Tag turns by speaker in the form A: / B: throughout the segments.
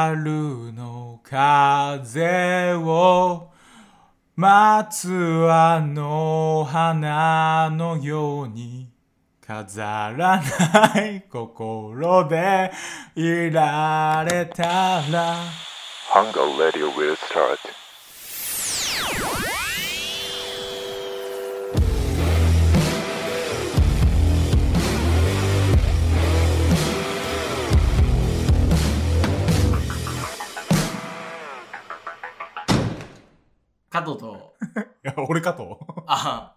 A: 春の風を待つあの花のように飾らない心でいられたら
B: Hunger Radio will start.
C: 加藤と、
A: いや俺加藤
C: あ、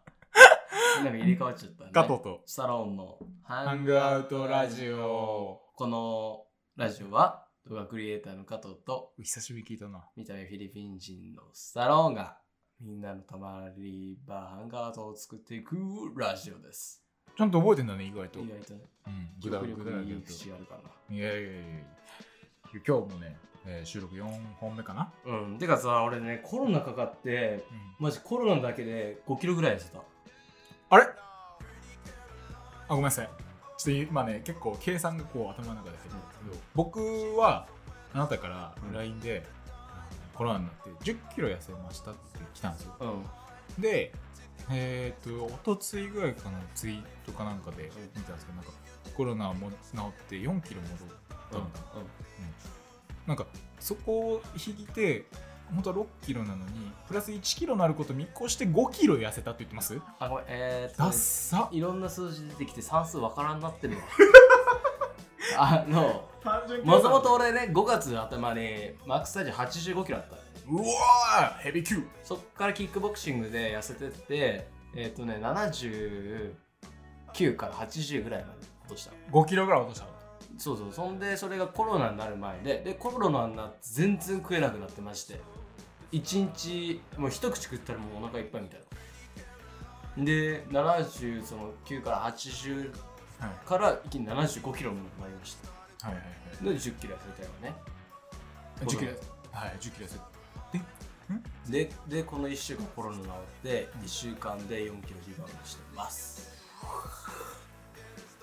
C: なんか入れ替わっちゃった、ね。
A: 加藤と
C: サロンのハ
A: ハングアウトラジオ。
C: このラジオは動画クリエイターの加藤と
A: 久しぶりに聞いたな
C: 見た目フィリピン人のサロンがみんなのたまり場ハンガートを作っていくラジオです。
A: ちゃんと覚えてんだね意外と
C: 意外とね、
A: うん
C: 記
A: ぐだ
C: 憶
A: ぐだぐ
C: 力
A: だ
C: に
A: ぐ
C: いい
A: だ
C: 節あるか
A: いやいやいやいや今日もね、えー収録4本目かな、
C: ら。うん。てかさ、俺ね、コロナかかって、マジコロナだけで5キロぐらい痩せた。
A: あれあごめんなさいちょっと今ね結構計算がこう頭の中で入ってるんですけど、僕はあなたから LINE で、あのコロナになって1 0キロ痩せましたって来たんですよ
C: うん。
A: でえっ、とおとついぐらいかなツイートかなんかで見たんですけどなんかコロナも治って4キロ戻って
C: うん。うん。
A: なんかそこを引いて本当は6キロなのにプラス1キロなること見越して5キロ痩せたって言ってます
C: あ、ごめん。えー、っとね
A: ダッサ
C: いろんな数字出てきて算数わからんなってるわあのもともと俺ね5月頭にマックス体重8 5キロあった
A: うわーヘビー級
C: そっからキックボクシングで痩せてってえっ、とね79から80ぐらいまで落とした
A: 5キロぐらい落としたの
C: そうそうそんでそれがコロナになる前ででコロナになって全然食えなくなってまして1日もう一口食ったらもうお腹いっぱいみたいなで79から80
A: はい
C: から一気に7 5キロになりました
A: はいはいはい
C: で1 0キロ痩せたよね
A: 10キロはい10キロ痩せ
C: ででこの1週間コロナ治って1週間で4キロリバウンドしてます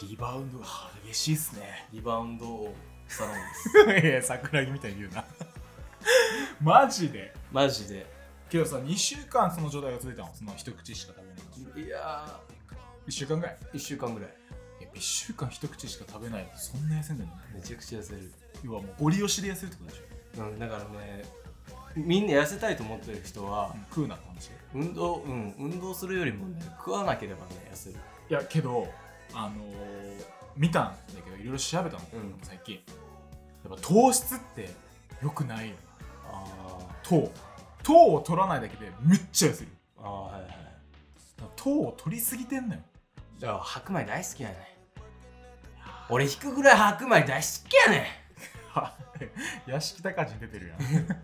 A: リバウンドが激しいっすね
C: リバウンドをサロンです
A: いや桜木みたいに言うな マジで
C: マジで
A: けどさ2週間その状態が続いたのその一口しか食べない
C: いや
A: 1週間ぐらい
C: ー1週間ぐらい
A: いや1週間一口しか食べないとそんな痩せんだよね
C: めちゃくちゃ痩せる
A: 要はもうゴリ押しで痩せるってことでしょ
C: うんだからねみんな痩せたいと思ってる人は
A: 食うなって話
C: 運動うん運動するよりもね食わなければね痩せる
A: いやけどあのー見たんだけどいろいろ調べたの、
C: うん
A: 最近やっぱ糖質って良くないよな
C: あ
A: 糖糖を取らないだけでめっちゃ痩せる
C: あはいはい
A: だから糖を取りすぎてんのよ
C: じゃあ白米大好きやね俺引くぐらい白米大好きやね
A: は屋敷高人出てるやん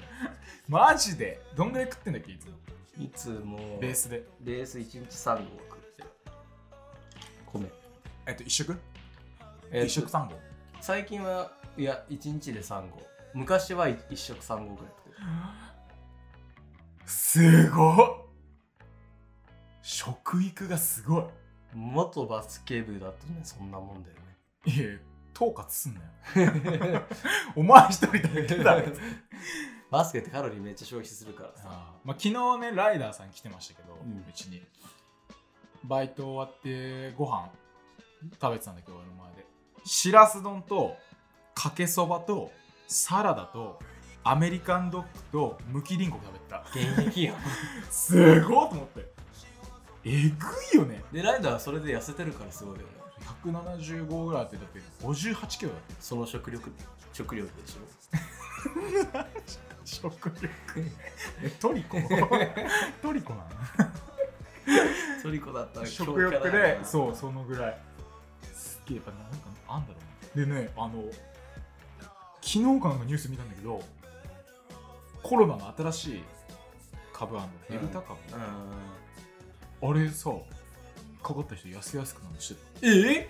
A: マジでどんぐらい食ってんだっけいつも
C: いつも
A: ベースで
C: ベース1日3合食ってる米、
A: えっと一食、
C: えー
A: 一食三合
C: 最近はいや1日で3合昔は1食3合くらい食ってる
A: すごっ食育がすごい
C: 元バスケ部だとねそんなもんだよ
A: いや統括すんなよ
C: ね
A: お前一人だけだろ
C: バスケってカロリーめっちゃ消費するからさ
A: あーまあ、昨日ねライダーさん来てましたけど
C: うん
A: うち、にバイト終わってご飯食べてたんだけど俺の前でしらす丼とかけそばとサラダとアメリカンドッグとむきりんご食べてた
C: 現役やん
A: すごいと思ってえぐいよね
C: でライダーはそれで痩せてるからすごいよね
A: 175ぐらいあってだって58キロだって
C: その食力食量でしょ
A: 食力え トリ コトリコなの
C: トリコだったら
A: 食欲でそう
C: う
A: そのぐらいすっげえやっぱなんかあんだろうねでねあの昨日かなんかニュース見たんだけどコロナの新しい株あんのデルタ株、
C: うん
A: あれさかかった人痩せやすくなるのしてた
C: え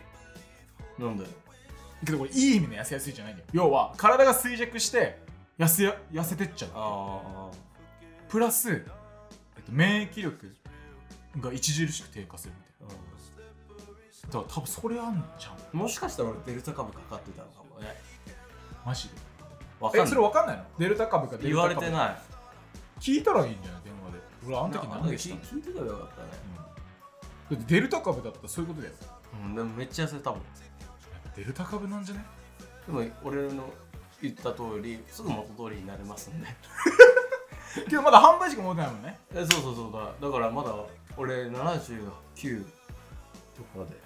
C: なんだよ
A: けどこれいい意味の痩せやすいじゃないんだよ要は体が衰弱して痩せや痩せてっちゃう
C: あ
A: プラス、えっと、免疫力が著しく低下するみたい
C: あ、
A: なだから多分それあんじゃん
C: もしかしたら俺デルタ株かかってたのかもね
A: マジで
C: わかん
A: え
C: な
A: そ
C: い
A: れわかんないのデルタ株かデル
C: 言
A: タ
C: わ
A: 株か
C: れてない
A: 聞いたらいいんじゃない電話で俺あの時
C: な
A: 何でした
C: 聞聞いてたらよかったね
A: うんだってデルタ株だったらそういうことだよ
C: うんでもめっちゃ痩せたもん
A: デルタ株なんじゃね
C: でも俺の言った通りすぐ元通りになれますんで
A: けどまだ販売しか持ってないもんね
C: えそうそうそうだだからまだ俺79とかで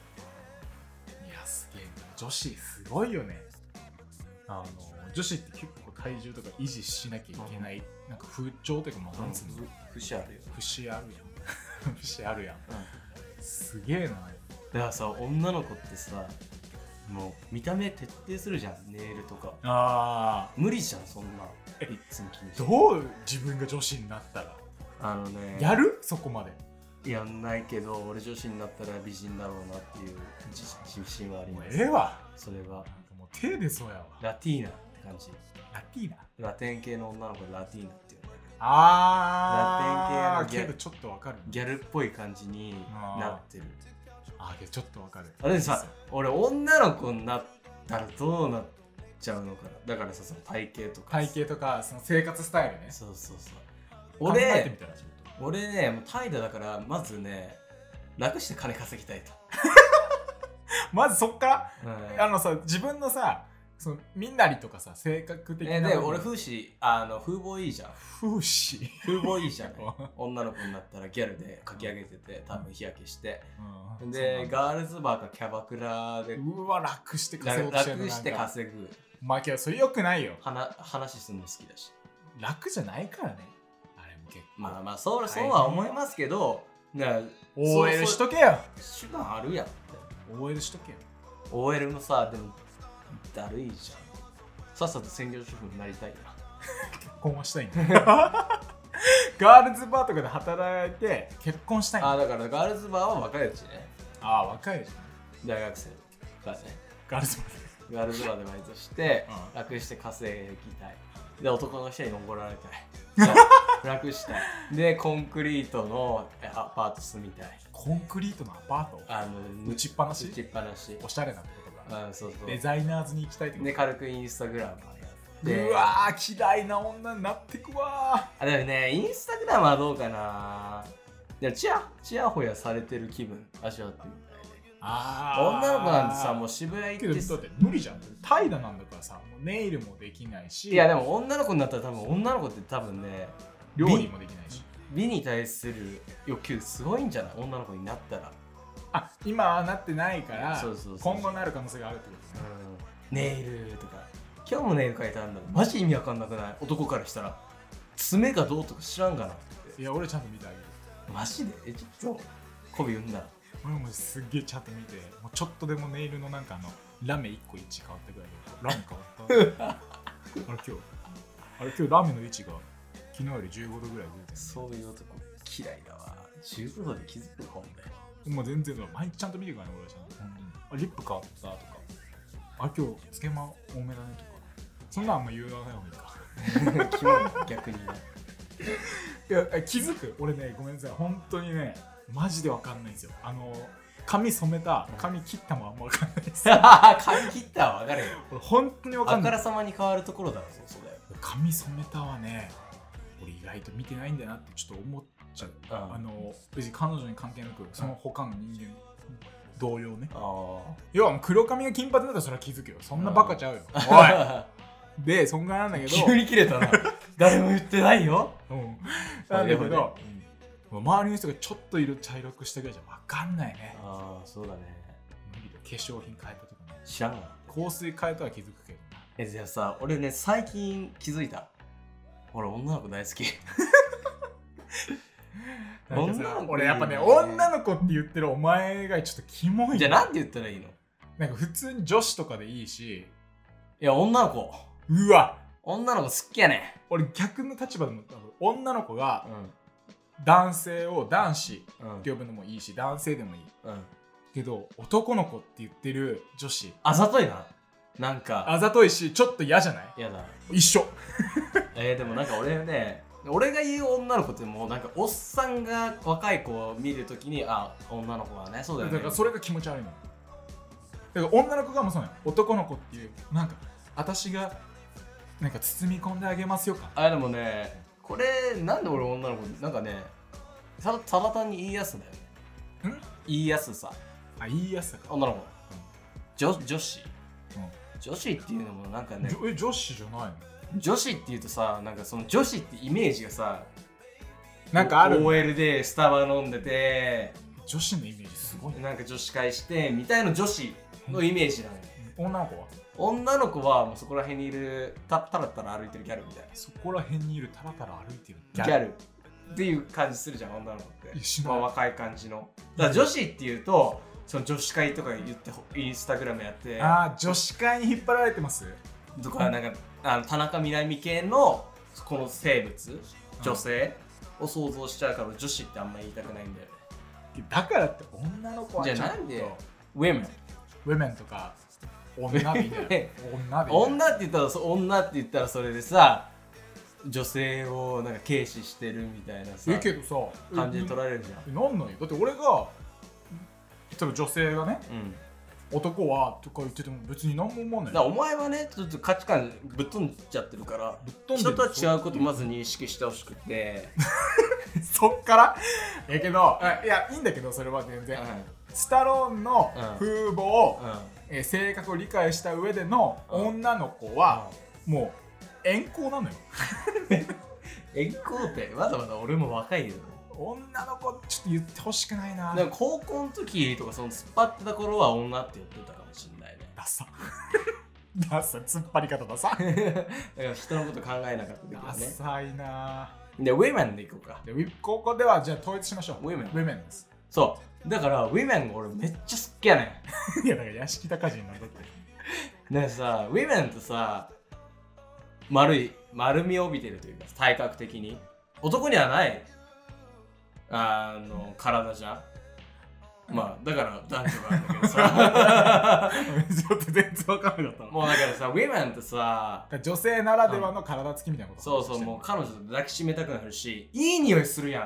A: いやすげえ女子すごいよねあの女子って結構体重とか維持しなきゃいけない、なんか風潮というかまあなんつうの
C: 節あるよ
A: 節あるやん 節あるやん、すげえな
C: だからさ女の子ってさもう見た目徹底するじゃんネイルとか
A: あ
C: 無理じゃんそんな
A: え
C: いっつも気にして
A: どう自分が女子になったら
C: あのね
A: やるそこまで
C: やんないけど俺女子になったら美人だろうなっていう自自信はあり
A: もう
C: ます
A: ええわ
C: それは
A: もう手でそうやわ
C: ラティーナって感じ
A: ラティーナ
C: ラテン系の女の子でラティーナっていうの
A: あ
C: ラテン系のギ
A: け
C: ャ
A: どちょっとわかる
C: ギャルっぽい感じになってる
A: あけどちょっとわかる
C: あれさ俺女の子になったらどうなっちゃうのかなだからさその体型とか
A: 体型とかその生活スタイルね
C: そうそうそう
A: 考えてみ
C: 俺
A: たらちょっと
C: 俺ねもう怠惰だからまずね楽して金稼ぎたいと、
A: まずそっから
C: うん
A: あのさ自分のさそのみんなりとかさ性格的な
C: え
A: の
C: で俺風刺あの風貌いいじゃん
A: 風刺
C: 風貌いいじゃん
A: うん
C: 女の子になったらギャルでかき上げてて多分日焼けして
A: うん
C: でガールズバーかキャバクラで
A: うわ楽して稼ごう
C: 楽
A: としてるの
C: して
A: なんか
C: 稼ぐ
A: まあけどそれよくないよ
C: 話話するの好きだし
A: 楽じゃないからねあれも結構
C: まあまあそう
A: い
C: そうは思いますけど、ね、
A: OL しとけよ
C: 手段あるやんって
A: OL しとけよ
C: OL もさでもだるいじゃんさっさと専業主婦になりたいな
A: 結婚はしたいんだ ガールズバーとかで働いて結婚したいんだ
C: あだからガールズバーは若いうちね
A: あー若いじゃん
C: 大学生がね
A: ガールズバー
C: ガールズバーでバイトして、
A: うん
C: 楽して稼ぎたいで男の人に怒られたい 楽したいでコンクリートのアパート住みたい
A: コンクリートのアパート
C: あの
A: 打ちっぱなし
C: 打ちっぱなし
A: おしゃれなってこと
C: う
A: か
C: んそうそう
A: デザイナーズに行きたいってこと
C: で軽くインスタグラムやって
A: うわー嫌いな女になってくわ
C: あでもねインスタグラムはどうかなでもチヤチヤホヤされてる気分味わってみたいね
A: ーあ
C: 女の子なんてさも
A: う
C: う渋谷
A: け
C: 行
A: ど
C: っ
A: だ
C: て
A: っ
C: さ
A: て無理じゃん怠惰なんだからさもうネイルもできないし
C: いやでも女の子になったら多分女の子って多分ね
A: 料理もできないし
C: 美に対する欲求すごいんじゃない女の子になったら、
A: あ今はなってないから
C: そうそうそう
A: 今後なる可能性があるってことね
C: ネイルとか今日もネイル描いたんだマジ意味わかんなくない男からしたら爪がどうとか知らんがなって
A: いや俺ちゃんと見てあげる
C: マジでえちょっと媚び産んだら
A: 俺もすっげえちゃんと見てもうちょっとでもネイルのなんかあのラメ1個位置変わったぐらいで ラメ変わったあれ今日あれ今日ラメの位置が昨日より15度ぐらい出て
C: そういう男嫌いだわ15度で気づく本だよ
A: るもう全然だ毎日ちゃんと見てくからね俺はちゃんとあリップ変わったとかあ今日つけま多めだねとかそんなんあんま言わない方がいいか
C: キモいな逆に
A: いやえ気づく俺ねごめんなさい本当にねマジでわかんないんですよあの髪染めた髪切ったもあんまわかんないです
C: 髪切ったわ分かるよ
A: 俺本当にわか
C: あ
A: ん
C: か
A: ない
C: らさまに変わるところだろそうそうだよ
A: 髪染めたはね俺意外と見てないんだなってちょっと思っちゃう、
C: うん
A: あの別に彼女に関係なくその他の人間同様ね
C: あ
A: 要はもう黒髪が金髪だったらそれは気づくよそんなバカちゃうよ、お
C: あ
A: いでそんぐらいなんだけど、
C: 急に切れ たな誰も言ってないよ
A: うん、なんだけど
C: うん
A: 周りの人がちょっと色茶色くしたぐらいじゃ分かんないね
C: ああそうだね
A: 無理だ化粧品変えたとかね
C: 知らんわ
A: 香水変えたは気づくけど
C: えじゃあさ俺ね最近気づいた俺女の子大好き
A: なんかさ
C: 女の子
A: 俺やっぱね
C: いいね
A: 女の子って言ってるお前がちょっとキモい
C: じゃあ
A: な
C: なんて言ったらいいのい
A: なんか普通に女子とかでいいし
C: や女の子
A: うわ
C: 女の子好きやね
A: 俺逆の立場でも女の子が
C: う
A: 男性を男子っ
C: んうん
A: て呼ぶのもいいし男性でもいい
C: うん
A: けど男の子って言ってる女子
C: あざといななんか
A: あざといしちょっと嫌じゃない
C: やだ
A: 一緒
C: えー、でもなんか俺ね俺が言う女の子ってもうなんかおっさんが若い子を見るときにあ女の子はねそうだ
A: だ
C: よね
A: からそれが気持ち悪いのだから女の子がもうそうなの男の子っていうなんか私がなんか包み込んであげますよか
C: あでもねこれなんで俺女の子なんかねたただ単に言いやすだよね
A: ん
C: 言いやすさ
A: あいいやつだか
C: 女の子女女子
A: うん、
C: 女子っていうのもなんからね
A: じょえ女子じゃないの
C: 女子っていうとさなんかその女子ってイメージがさ
A: なんかある
C: OL でスタバ飲んでて
A: 女子のイメージすごいね
C: なんか女子会してみたいな女子のイメージなのよ
A: 女の子は
C: 女の子はもうそこら辺にいるたたらたら歩いてるギャルみたいな
A: そこら辺にいるたらたら歩いてる
C: ギャルっていう感じするじゃん女の子っ
A: いや
C: て
A: しない
C: まあ若い感じのだから女子っていうとその女子会とか言ってほインスタグラムやって
A: ああ女子会に引っ張られてます
C: とかなんかあの田中みな実系のこの生物女性を想像しちゃうから女子ってあんまり言いたくないんだよね
A: だからって女の子は
C: じゃあ
A: ちょっと
C: なんで women
A: ウェメンとか女 でいいんだよ女でいいんだよ
C: 女って言ったらそ女って言ったらそれでさ女性をなんか軽視してるみたいなさ
A: えけどさ
C: 感じで
A: え
C: 取られるじゃん
A: なんなんよだって俺が例えば女性がね
C: うん
A: 男はとか言ってても別に何も思わない
C: だからお前はねちょっと価値観ぶっ飛んじゃってるから
A: ぶっ飛んで
C: 人
A: る
C: とは違うことまず認識してほしく て、
A: そっからやけどあいやいいんだけどそれは全
C: うん
A: 然スタローンの風貌を、
C: う
A: えー性格を理解した上での
C: うん
A: 女の子はもう遠行なのよ
C: ん、遠行ってまだまだ俺も若いけどね
A: 女の子ちょっと言ってほしくないな
C: なんか高校の時とかその突っ張ってた頃は女って言ってたかもしんないね
A: ダサ ダサ突っ張り方ダサ
C: だから人のこと考えなかった時
A: ダ
C: はね
A: サいな
C: でウェメンでいこうか
A: でウィここではじゃあ統一しましょう
C: ウェメン
A: ウェメンです
C: そうだからウェメンが俺めっちゃ好きやね
A: いやだから屋敷高人なんだって
C: んだからさウェメンってさ丸い丸みを帯びてるというか体格的に男にはないあの体じゃんまあだから男女があるんだけど さ
A: ちょっと全然わかんなかったのだか
C: もうだからさウェメンってさ
A: ら女性ならではの体つきみたいなこと
C: そうそうもう彼女と抱きしめたくなるしいい匂いするやん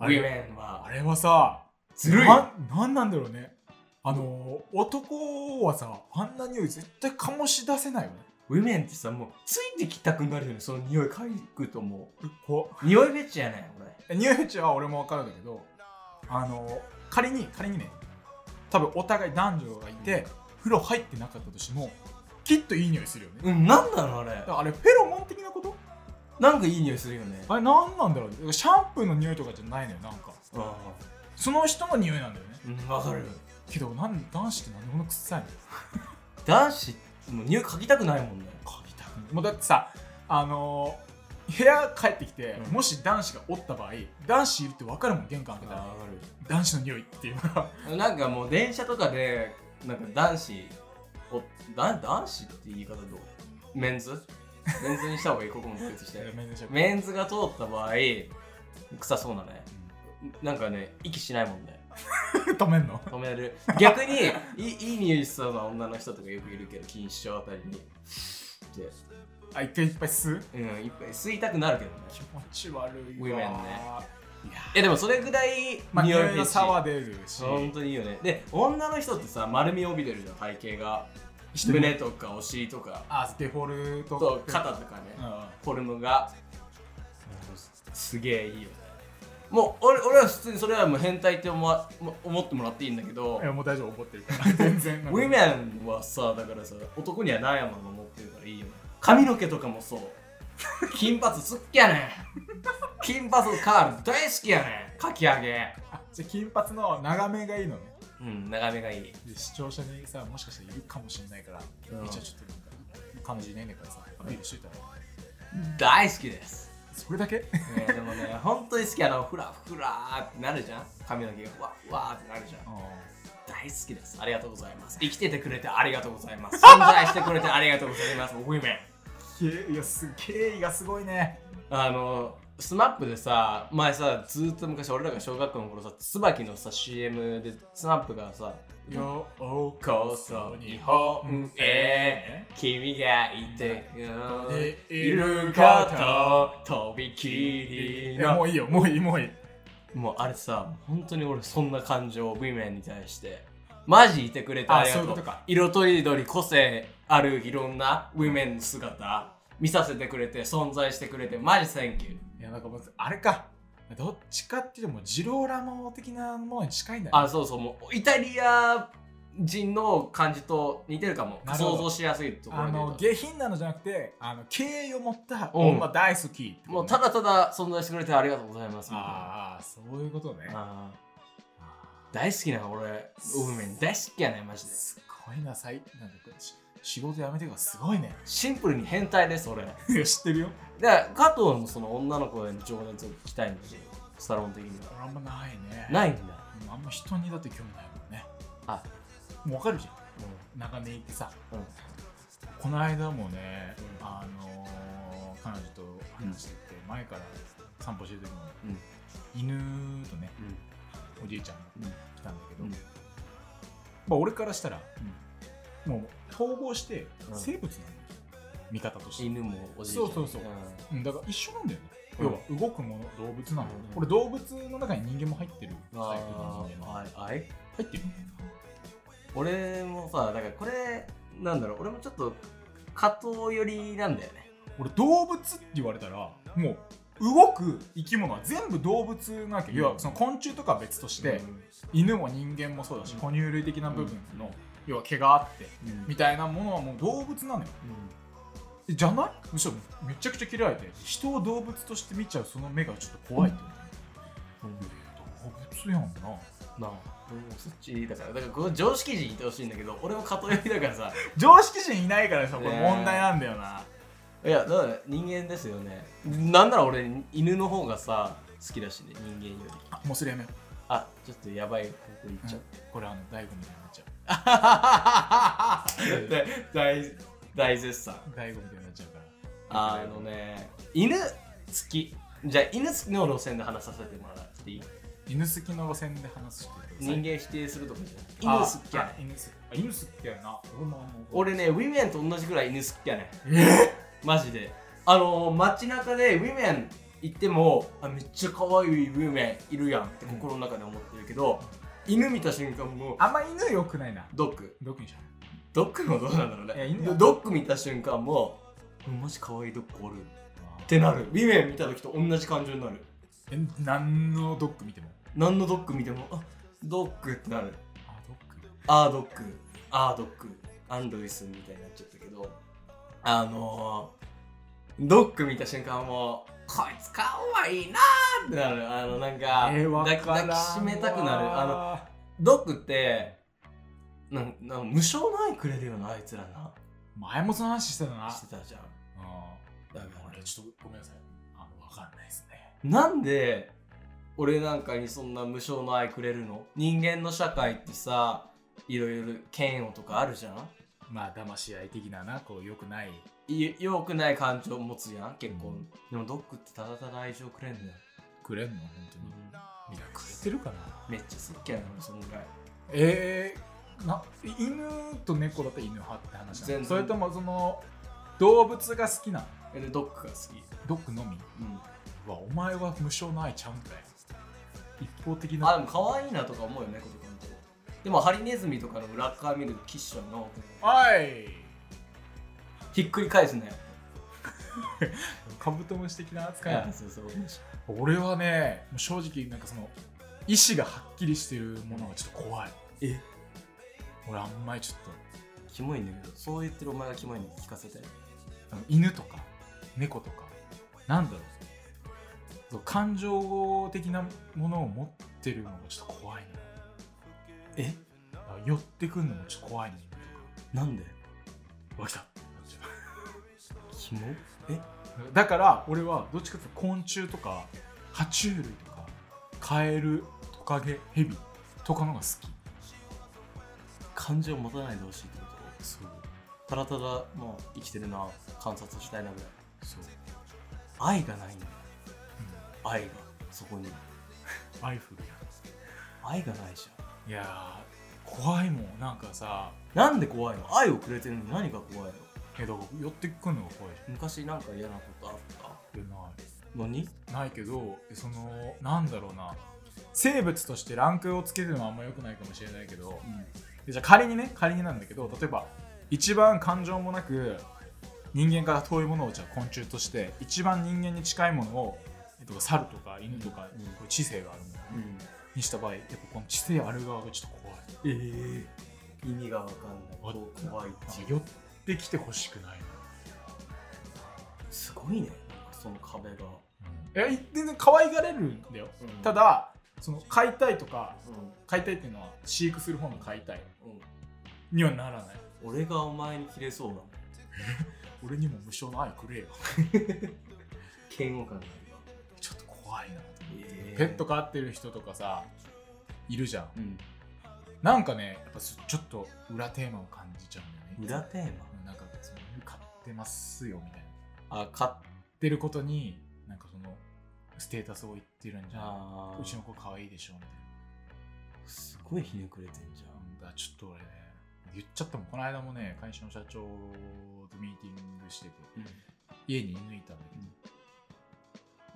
A: あ
C: ウ
A: れ
C: ィメン
A: あ
C: は
A: れはさ
C: ずるい
A: ななんなんだろうねあのー男はさあんな匂い絶対醸し出せないよね
C: ウィメンってさもうついてきたくなるよねその匂い嗅ぐとも
A: え怖っ
C: う匂いフェチやねん俺
A: ニューエッジは俺も分かるんだけどあの仮に仮にね多分お互い男女がいて、風呂入ってなかったとしてもきっといい匂いするよね、
C: うんなんなのあれ
A: だからあれフェロモン的なこと
C: なんかいい匂いするよね
A: あれ何なんだろうシャンプーの匂いとかじゃないのよなんか
C: あ
A: その人の匂いなんだよね
C: うんわかる
A: けどなん男子って何でこんな臭いの
C: 男子もう匂い嗅ぎたくないもんね
A: 嗅ぎたくないもうだってさあのー部屋帰ってきて、
C: うん
A: もし男子がおった場合男子いるって分かるもん玄関開けたら
C: わか
A: 男子の匂いっていうのが
C: るなんかもう電車とかでなんか男子おだ男子って言い方どうメンズメンズにした方がいいここも別してメンズが通った場合臭そうだねなんかね息しないもんね
A: 止めんの
C: 止める逆にいいいい匂いしそうな女の人とかよくいるけど錦糸町あたりにで
A: あ一回いっぱい吸う
C: うんいっぱい吸いたくなるけどね
A: 気持ち悪い
C: ウ
A: わ
C: ィメ
A: い
C: ンね
A: や
C: いやでもそれぐらい
A: まあ
C: 匂
A: 匂
C: い
A: い
C: フェ
A: の
C: チ
A: 差は出るし
C: 本当にいいよねで女の人ってさ丸みを帯びてるじゃん体型が
A: 人に
C: 胸とかお尻とか
A: あデフォル
C: あ
A: ト
C: と肩とかね、
A: うん
C: フォルムがすげえいいよねもう俺俺は普通にそれはもう変態って思わも思ってもらっていいんだけど
A: いやもう大丈夫怒ってるから全 然
C: ウィメンはさだからさ男にはないもの持ってるからいいよね髪の毛とかもそう金髪すっきやねん 金髪カール大好きやねんかき上げ
A: あじゃあ金髪の長めがいいのね
C: うん長めがいい
A: で視聴者にさもしかしたらいるかもしれないから
C: うん
A: 一応ちょっとなんか彼女いないんだからさアピールしといたら
C: 大好きです、
A: それだけ
C: ね、でもね本当に好きやのふらふらーってなるじゃん髪の毛がふわふわーってなるじゃん大好きですありがとうございます生きててくれてありがとうございます存在してくれてありがとうございますウィメン
A: いやす経緯がすごいね
C: あのスマップでさ前さずっと昔俺らが小学校の頃さ椿のさ CM でスマップがさ「よ
A: よお
C: うこそ日本へ君がいてくいることとびき
A: い
C: り
A: やも
C: の
A: ういいよもういいもういい」
C: もうあれさ本当に俺そんな感情を V メンに対してマジいてくれてありがと
A: あ
C: う
A: そういうことか
C: 色とりどり個性あるいろんな V メンの姿見させてくれて存在してくれてマジセンキュー
A: いやなんかもうあれかどっちかっていうともうジローラモ的なものに近いんだよね
C: あそうそうもうイタリア人の感じと似てるかも
A: なるほど
C: 想像しやすいところ
A: あ
C: で言
A: の
C: うと
A: 下品なのじゃなくてあの敬意を持った
C: うん
A: 女大好きってことね、
C: もうただただ存在してくれてありがとうございますみたいな
A: ああそういうことね
C: あー大好きなの俺オフメン大好きやねマジです
A: ごいなさいなんかし仕事辞めてからすごい ね
C: シンプルに変態です俺
A: いや知ってるよ
C: で加藤のその女の子への情熱を聞きたいんだけどサロン的には
A: 俺あんまないね
C: ないんだ、
A: うんあんま人にだって興味ないもんね
C: あ
A: もうわかるじゃん長年行ってさ
C: うんうん、
A: この間もね、
C: うん
A: あのー彼女と話してて、前から散歩してる時も、犬とねおじいちゃんが来たんだけど、
C: うん
A: まあ、俺からしたら、もう統合して
C: うん
A: 生物なんだよ、味方として
C: 犬もおじいちゃんも
A: そうそうそううんだから一緒なんだよね、
C: うん
A: 要は動くもの動物なんだよね、
C: うん
A: これ動物の中に人間も入ってる
C: ん、
A: タイプ
C: あ
A: の
C: ー
A: 人間
C: あ
A: も
C: いあい
A: 入ってる
C: 俺もさだからこれなんだろう俺もちょっと加藤寄りなんだよね
A: 俺動物って言われたらもう動く生き物は全部動物なわけ、
C: うん
A: 要はその昆虫とかは別として、犬も人間もそうだし
C: うん
A: 哺乳類的な部分の、要は毛があって
C: うんうん
A: みたいなものはもう動物なのよえじゃないむしろめちゃくちゃ嫌いで人を動物として見ちゃうその目がちょっと怖いって思
C: うん
A: う、動物やんな
C: なあ俺もそっちだからだからこの常識人いてほしいんだけど俺も加藤寄りだからさ
A: 常識人いないからさこれ
C: ね
A: 問題なんだよな、
C: いやだから人間ですよねなんなら俺犬の方がさ好きだしね人間より
A: あもうそれやめよう
C: あちょっとやばい方向行っちゃっ
A: これあの醍醐味みたいになっちゃう
C: た、で大大絶賛
A: 醍醐味みたいになっちゃうから
C: あのね犬好きじゃあ犬好きの路線で話させてもらっていい
A: 犬好きの路線で話してくださ
C: 人
A: い
C: 間否定するとかじゃない
A: あ
C: 犬好きや
A: あ
C: ね
A: 犬好きあ犬好きやな俺もあの
C: 俺ねウィメンと同じぐらい犬好きやねマジであのー、街中でウィメン行ってもあめっちゃ可愛いウィメンいるやんって心の中で思ってるけど、犬見た瞬間もう
A: あんま犬良くないな
C: ドッグ
A: どこにしよ
C: ドッグもどうなんだろう
A: いや
C: ね
A: 犬は
C: ドッグ見た瞬間もうんマジ可愛いドッグおる
A: う
C: ってなるウィメン見た時と同じ感情になる
A: え何のドッグ見ても
C: 何のドッグ見てもあドッグってなる
A: あドッグ
C: アードック、アードック、アンドイスみたいになっちゃったけど、あのー、ドック見た瞬間もう、こいつかわいいなーってなる。あの、なんか、
A: えー、わ
C: 抱き
A: からん
C: 抱
A: わ
C: きしめたくなる。あの、ドックって、なんなん無償の愛くれるよな、あいつらな。
A: 前もその話してたな
C: してたじゃん。
A: うん
C: だから
A: 俺ちょっとごめんなさいあのわかんないですね
C: なんで俺なんかにそんな無償の愛くれるの人間の社会ってさ、いろいろ嫌悪とかあるじゃん
A: まあ騙し合い的ななこうよくない
C: い良くない感情持つやん結構、でもドッグってただただ愛情くれんだよ、
A: くれんの本当にいやくれてるかな
C: めっちゃ好きやな俺そのぐらい
A: えー、な犬と猫だったら犬派って話な
C: 全
A: の
C: 然
A: それともその動物が好きなの
C: えでドッグが好き
A: ドッグのみ
C: うん
A: うわお前は無償の愛ちゃうんかい一方的
C: あ
A: な
C: でも可愛いなとか思うよねことか見てでもハリネズミとかの裏っ側見るとキッションの
A: おい
C: ひっくり返すね
A: カブトムシ的な扱い
C: や
A: なんです
C: そうそう
A: 俺はねもう正直なんかその意志がはっきりしてるものがちょっと怖い
C: え
A: 俺あんまりちょっと
C: キモいんだけどそう言ってるお前がキモいの聞かせて
A: あの犬とか猫とかなんだろうそう感情的なものを持ってるのがちょっと怖いな
C: え
A: だから寄ってくるのもちょっと怖いね犬と
C: なんで
A: かわ来た
C: キモえ
A: だから俺はどっちかというと昆虫とか爬虫類とかカエルトカゲヘビとかのが好き
C: 感情持たないでほしいってこ
A: そう
C: とただただもう生きてるな観察したいなぐらい
A: そう、
C: 愛がないんだよ
A: う
C: 愛がそこに
A: ん、ライフル
C: 愛がないじゃん
A: いやー怖いもんなんかさ
C: なんで怖いの愛をくれてるのに何が怖いの
A: けど寄ってくるのが怖いじ
C: 昔なんか嫌なことあった
A: ゃんいやない
C: のに
A: ないけどそのなんだろうな生物としてランクをつけるのはあんま良くないかもしれないけど
C: うん
A: でじゃあ仮にね仮になんだけど例えば一番感情もなく人間から遠いものをじゃあ昆虫として一番人間に近いものを、えっと、猿とか犬とかにこう知性があるもの
C: うん
A: にした場合やっぱこの知性ある側がちょっと怖い
C: ええ意味がわかんない
A: あ
C: こう怖いって
A: なん
C: い
A: か
C: う
A: 寄ってきてほしくない
C: すごいねなんかその壁が、
A: な、え全然可愛がれるんだよ、
C: うん
A: ただその解体とか
C: う
A: 解体っていうのは飼育する方の解体
C: んうん、
A: にはならない
C: 俺がお前に切れそうな
A: 俺にも無償の愛くれよ
C: 嫌悪感が
A: ちょっと怖いな
C: え
A: ペット飼ってる人とかさいるじゃん
C: うん
A: なんかねやっぱすちょっと裏テーマを感じちゃうんだよ
C: 裏
A: ね
C: テー
A: うんなんかその飼ってますよみたいな
C: マあか
A: 飼ってることになんかそのステータスを言ってるんじゃな
C: あ
A: いうちの子可愛いでしょみたいな
C: すごいひねくれてんじゃ
A: うんだからちょっと俺ね言っちゃったもんこの間もね会社の社長とミーティングしてて
C: ん、
A: 家に犬いたんだけど、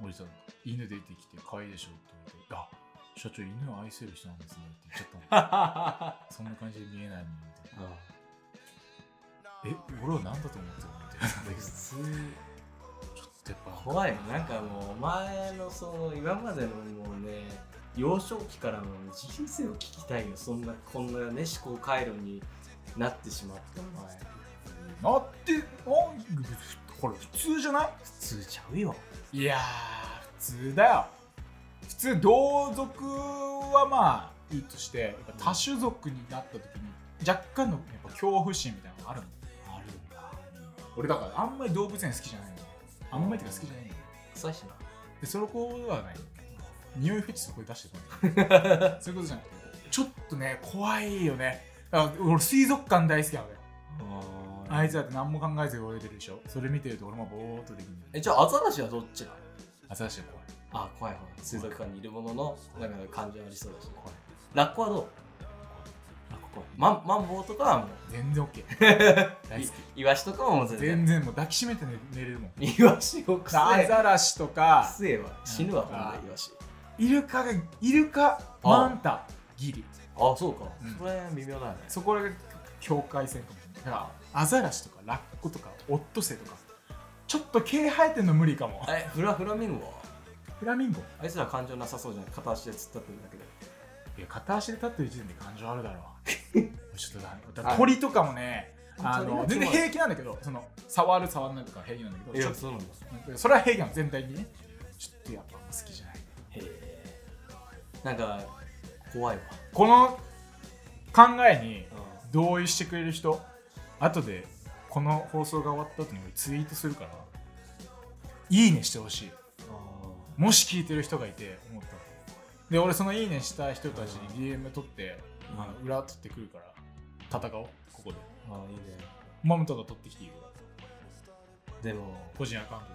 A: 俺さ犬出てきて可愛いでしょって言ってあ社長犬を愛せる人なんですねって言っちゃったもん
C: あ
A: そんな感じで見えないのにみたいな。
C: あ
A: え、俺は何だと思ってるのみたいな。
C: 普通
A: ちょっとやっぱ
C: 怖いなんかもうお前のその今までのもうね幼少期からの人生を聞きたいよそんなこんなね思考回路になってしまったお前
A: なって、あこれ普通じゃな
C: 普通ちゃうよ
A: いいやー、普通だよ。普通、同族はまあいいとして、やっぱ多種族になった時に若干のやっぱ恐怖心みたいなのがあるの。
C: あるんだ
A: 俺だからあんまり動物園好きじゃないの。あんまりっていうか好きじゃないの。
C: 臭いしな
A: で、その子ではない。匂いフェチそこで出してこない。そういうことじゃなくて、ちょっとね、怖いよね。だから俺、水族館大好きなのよ。あいつだって何も考えず泳いでるでしょ。それ見てると俺もぼーっとできるんだよ
C: え
A: ね。
C: じゃあアザラシはどっちなの
A: アザラシは怖い。
C: あ怖い怖い水族館にいるもののなんか感情ありそうだし怖いラッコはどうラッコ怖いマンマンボウとかはもう
A: 全然 OK。大好
C: いイワシとかはもう
A: き。
C: 全
A: 全
C: 然
A: 然もう抱きしめて寝寝れるもん。
C: イワシをくせ
A: ア
C: え
A: ザラシとか、
C: せえわ死ぬわほんでイワシ
A: イルカが、イルカ、マンタ、ギリ。
C: あそうか、
A: うん
C: それ微妙だね
A: そこらが境界線かもね。だから、アザラシとかラッコとかオットセイとか、ちょっと毛生えてんの無理かも。
C: えフラフラミンゴは
A: フラミンゴ。
C: あいつら感情なさそうじゃない片足で突っ立ってるだけで
A: いや片足で立ってる時点で感情あるだろ うちょっとだだ
C: はい
A: 鳥とかもねあの
C: 鳥は
A: 全然
C: そう
A: 平気なんだけどその触る触らないとか平気なんだけどちょっ
C: そうなんだ
A: とそれは平気なの全体にねちょっとやっぱ好きじゃない
C: へえなんか怖いわ、
A: この考えに同意してくれる人後でこの放送が終わった後に俺ツイートするからいいねしてほしいもし聞いてる人がいて思ったらで俺そのいいねした人たちに DM 取って、
C: うん
A: あの裏取ってくるから戦おうここで
C: ああいいね
A: マムタが取ってきている
C: でも
A: 個人アカウントで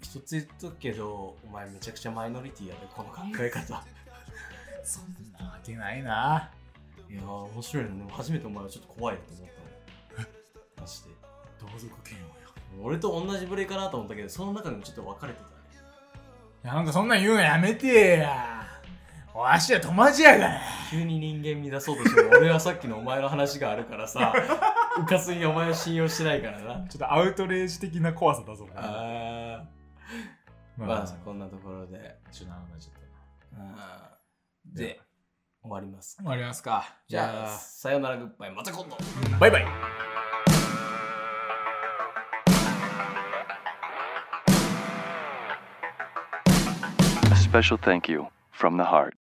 C: 一つ言っとくけどお前めちゃくちゃマイノリティやでこの考え方
A: そんなわけないない
C: やー面 白いねでも初めてお前はちょっと怖いと思ったのマジで
A: 同族嫌悪
C: 俺と同じ部類かなと思ったけどその中でもちょっと分かれてたね
A: いやなんかそんなん言うのやめてやわしは友達やから
C: 急に人間乱そうとしても俺はさっきのお前の話があるから さうかつにお前を信用してないからな
A: ちょっとアウトレイジ的な怖さだぞ
C: あー
A: ま
C: まあ
A: ちょ
C: こんなところで
A: っと長くなっちゃったな
C: あーで終わります
A: 終わりますか
C: じゃあさよならグッバイまた今度
A: バイバイ
D: A special thank you from the heart.